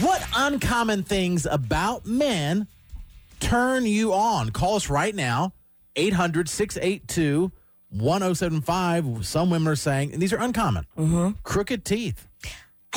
What uncommon things about men turn you on? Call us right now, 800 682 1075. Some women are saying, and these are uncommon crooked teeth.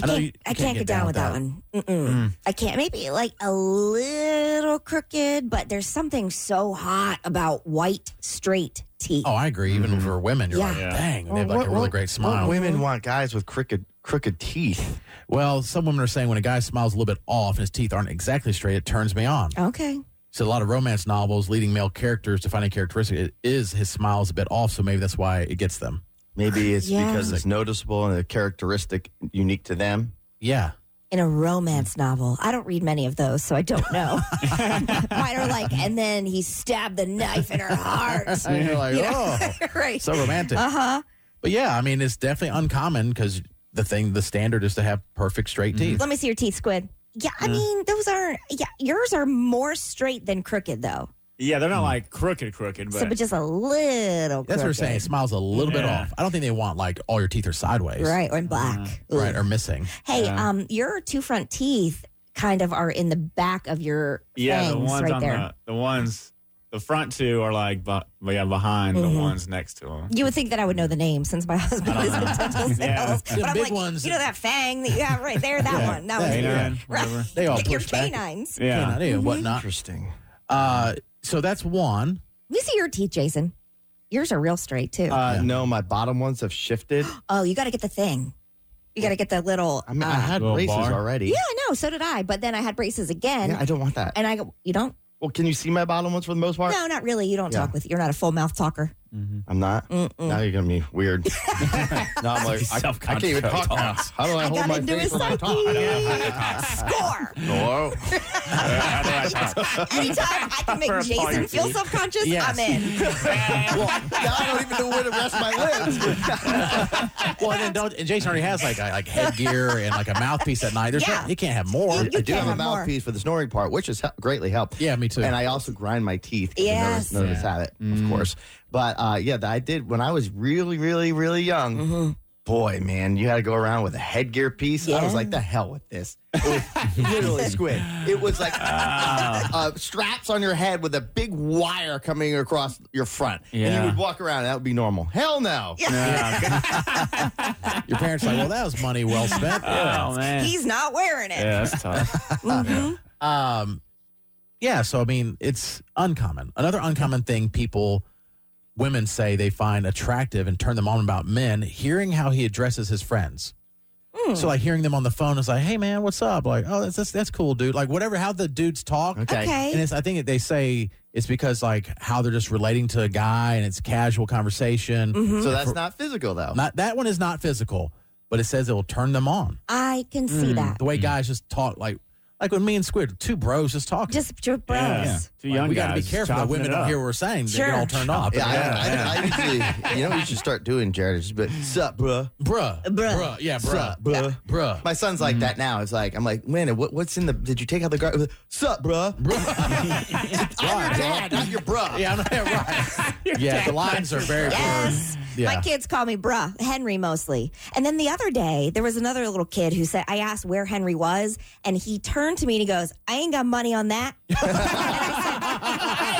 I I know can't, you- I can't get down, with that, one. Mm-mm. Mm. I can't. Maybe like a little crooked, but there's something so hot about white, straight teeth. Oh, I agree. Even for women, you're Yeah. like, Yeah. dang, they have like a really great smile. women want guys with crooked crooked teeth. Well, some women are saying when a guy smiles a little bit off and his teeth aren't exactly straight, it turns me on. Okay. So a lot of romance novels, leading male characters, defining characteristic it is his smile is a bit off, so maybe that's why it gets them. Maybe it's Yeah. because it's noticeable and a characteristic unique to them. Yeah. In a romance novel. I don't read many of those, so I don't know. Mine are like, and then he stabbed the knife in her heart. And you're like, You know? oh, right. so romantic. Uh huh. But yeah, I mean, it's definitely uncommon because the thing, the standard is to have perfect straight teeth. Let me see your teeth, Squid. Yeah, I mean, those aren't, yeah, yours are more straight than crooked, though. Yeah, they're not like crooked, crooked, Hmm. but so, but just a little That's what we're saying. It crooked. smiles a little bit Yeah. off. I don't think they want like all your teeth are sideways, Right, or in black. Ugh. Mm-hmm. Right, or missing. Hey, Yeah. um, your two front teeth kind of are in the back of your yeah, fangs the ones right on there. the the ones the front two are like, but yeah, behind the ones next to them. You would think that I would know the name since my husband is in dental sales. Yeah. But I'm big like, ones you know that fang that you have right there, that one, that one's Yeah. weird. Canine, whatever. They all Your Mm-hmm. push back. canines. Yeah. Canine and whatnot. Interesting. Uh, so that's one. Let me see your teeth, Jason. Yours are real straight too. Uh, No, my bottom ones have shifted. oh, you got to get the thing. You got to get the little. uh, I mean, I had Little braces bar. already. yeah, I know. So did I. But then I had braces again, Yeah, I don't want that. and I go, you don't. Well, can you see my bottom ones for the most part? No, not really. You don't Uh, Yeah. talk with. You're not a full mouth talker. I'm not. Now you're gonna be weird. no, I'm like, I, I can't even talk. Now. How do I I, hold got my into face his when I psyche. talk? Score. Hello? Anytime I can make For a Jason party. feel self conscious, Yes. I'm in. well, now I don't even know where to rest my lips. Well, and then don't. And Jason already has like I- like headgear and like a mouthpiece at night. There's Yeah. no, he can't have more. You- I you- do have a have more. mouthpiece for the snoring part, which has hel- greatly helped. Yeah, me too. Mm-hmm. And I also grind my teeth. 'cause Yes. I None of us have it, of course. But uh, yeah, th- I did when I was really, really, really young. Mm-hmm. Boy, man, you had to go around with a headgear piece. I was Yeah. like, the hell with this. It was literally squid. It was like Ah. uh, straps on your head with a big wire coming across your front. And Yeah. you would walk around, and that would be normal. Hell no. Yeah. Your parents are like, well, that was money well spent. oh man. He's not wearing it. yeah, that's tough. Mhm. Um, yeah. So I mean, it's uncommon. Another uncommon thing people, women say they find attractive and turn them on about men, hearing how he addresses his friends. So like hearing them on the phone is like, hey man, what's up? Like, oh, that's that's, that's cool, dude. Like whatever, how the dudes talk. Okay. Okay. And it's, I think they say it's because like how they're just relating to a guy and it's casual conversation. So that's not physical, though. Not that one is not physical, but it says it will turn them on. I can see that. The Hmm. way guys just talk, like like when me and Squid, two bros, just talking. Just ju- bros. Yeah. Two young we got to be guys careful that chopping women it don't up. hear what we're saying. They get Sure. all turned off. Yeah, Yeah, I, I, I usually, you know, what you should start doing, Jared. Just, but sup, bruh. Bruh. Bruh. Yeah, bruh. Sup, bruh. Bruh. My son's like that now. It's like I'm like, man, what, what's in the? Did you take out the garbage? Sup, bruh. I'm your dad, not your bruh. Yeah, I know, yeah, right. yeah, the lines are very Yes. blurred. Yeah. My kids call me bruh, Henry mostly. And then the other day, there was another little kid who said, I asked where Henry was, and he turned to me and he goes, I ain't got money on that. And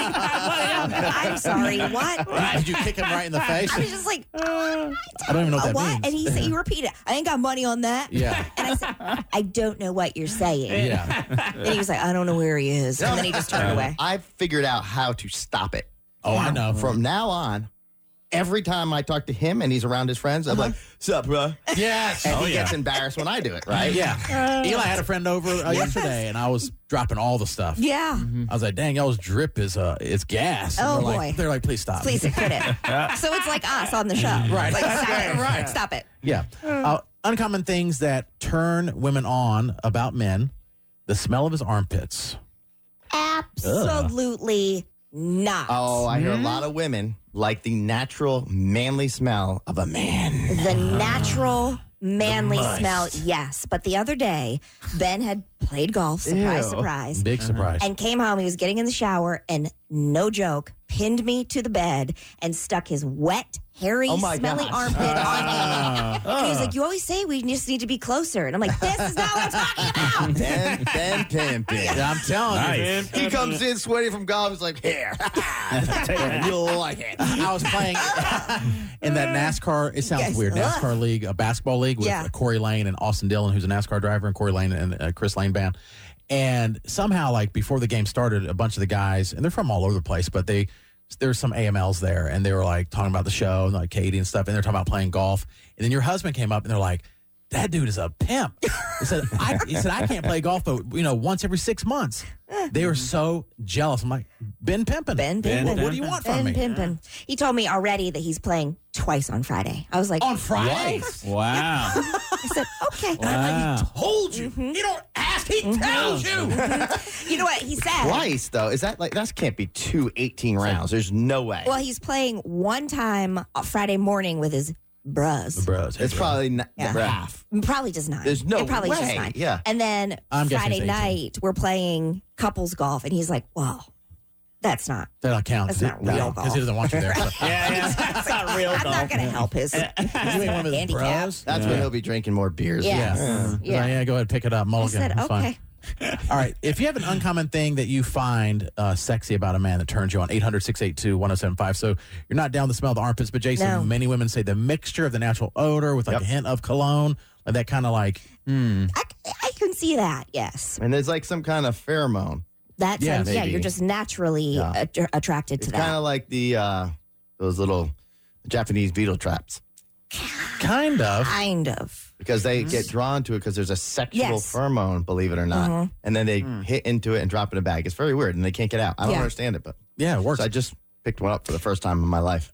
I said, I'm sorry, what? Did you kick him right in the face? I was just like, I don't even know "Uh, what that what? means. And he said, you repeat it. I ain't got money on that. Yeah. And I said, I don't know what you're saying. yeah. And he was like, I don't know where he is. And then he just turned away. I figured out how to stop it. Oh, I know. From now on, every time I talk to him and he's around his friends, I'm like, sup, bruh. yes. And Oh, he yeah. gets embarrassed when I do it, right? Yeah. Eli had a friend over uh, yesterday, and I was dropping all the stuff. Yeah. I was like, "Dang, y'all's drip is uh, it's gas." And Oh, they're Like, boy. they're like, "Please stop." Please quit it. so it's like us on the show. Right. Like, stop it. Right. Stop it. Yeah. Uh, uncommon things that turn women on about men: the smell of his armpits. Absolutely not. Oh, I hear a lot of women like the natural manly smell of a man. The natural manly smell, yes. But the other day, Ben had played golf, surprise, Ew. surprise, Big surprise. and came home. He was getting in the shower and, no joke, pinned me to the bed and stuck his wet hairy, Oh, my smelly gosh. armpit on him. And he was like, You always say we just need to be closer. And I'm like, This is not what I'm talking about. Ben, ben Pimpin. I'm telling Nice. He comes in sweaty from golf. He's like, here. You'll like it. you. I was playing in that NASCAR. It sounds Yes. weird. NASCAR league, a basketball league with uh, Yeah. Corey Lane and Austin Dillon, who's a NASCAR driver, and Corey Lane and uh, Chris Lane band. And somehow, like before the game started, a bunch of the guys, and they're from all over the place, but they there's some AMLs there, and they were like talking about the show and like Katie and stuff, and they're talking about playing golf. And then your husband came up, and they're like. That dude is a pimp. He said, I, he said, I can't play golf, but you know, once every six months. They were so jealous. I'm like, Ben pimping. Ben What- Pimpin. What, do you want from Ben me? Pimpin. He told me already that he's playing twice on Friday. I was like, on Friday. Wow. I said, Okay. wow. Told you. Mm-hmm. You don't ask. He tells you. You know what? He said, Twice, though. Is that like, that can't be two 18 rounds. There's no way. Well, he's playing one time on Friday morning with his bros. Bros, It's probably not Yeah. half. Probably just nine. There's no it probably Just way. nine. Yeah. And then I'm guessing Friday it's 18. night we're playing couples golf, and he's like, "Whoa, that's not. that don't count. That's not real because he doesn't want you there. So. Yeah, yeah. That's not real I'm not golf. going to help his you ain't one of his handicap." bros. That's when he'll be drinking more beers. Yeah. Yeah. Yeah. Yeah. yeah, go ahead, pick it up. I Mulligan. said, It's fine. "Okay." All right. If you have an uncommon thing that you find uh, sexy about a man that turns you on, 800 682 1075. So you're not down the smell of the armpits, but Jason, No. many women say the mixture of the natural odor with like Yep. a hint of cologne, like that kind of like, I, I can see that. Yes, And there's like some kind of pheromone. that's Yeah, yeah. yeah maybe. you're just naturally Yeah. att- attracted It's to kind that. of like the uh, those little Japanese beetle traps kind of. Kind of. because they get drawn to it because there's a sexual Mm-hmm. Yes. pheromone, believe it or not, Mm-hmm. and then they hit into it and drop it in a bag. It's very weird, and they can't get out. I don't Yeah. understand it, but Yeah, it works. so I just picked one up for the first time in my life.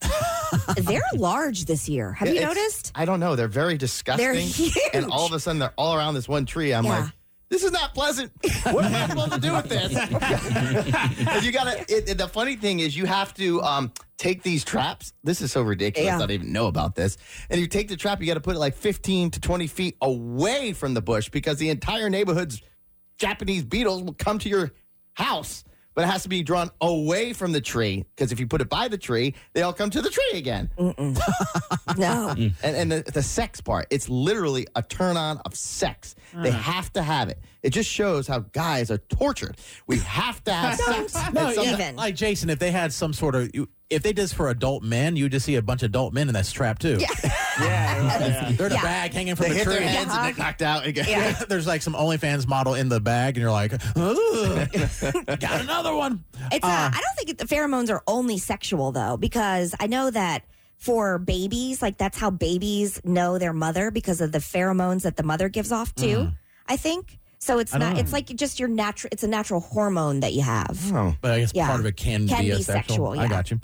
They're large this year. Have you It's- noticed? I don't know. They're very disgusting. They're huge. And all of a sudden, they're all around this one tree. I'm Yeah. like, this is not pleasant. What am I supposed to do with this? And you gotta. It, it- the funny thing is, you have to um, take these traps. This is so ridiculous. Yeah. I don't even know about this. And you take the trap. You got to put it like 15 to 20 feet away from the bush because the entire neighborhood's Japanese beetles will come to your house. But it has to be drawn away from the tree because if you put it by the tree, they all come to the tree again. No. And, and the, the sex part, it's literally a turn on of sex. They have to have it. It just shows how guys are tortured. We have to have Don't sex. No, It's some- yeah, even. like Jason, if they had some sort of, you- if they did this for adult men, you would just see a bunch of adult men in that strap too. Yeah. They're in Yeah. a bag hanging They from a hit tree. their heads and get knocked out again. There's like some OnlyFans model in the bag, and you're like, "Ugh, got another one. It's not, I don't think it- the pheromones are only sexual though, because I know that for babies, like that's how babies know their mother because of the pheromones that the mother gives off too. I think so. It's not. It's like just your natural. It's a natural hormone that you have. But I guess Yeah. part of it can, Can be be asexual. sexual, I yeah. got you.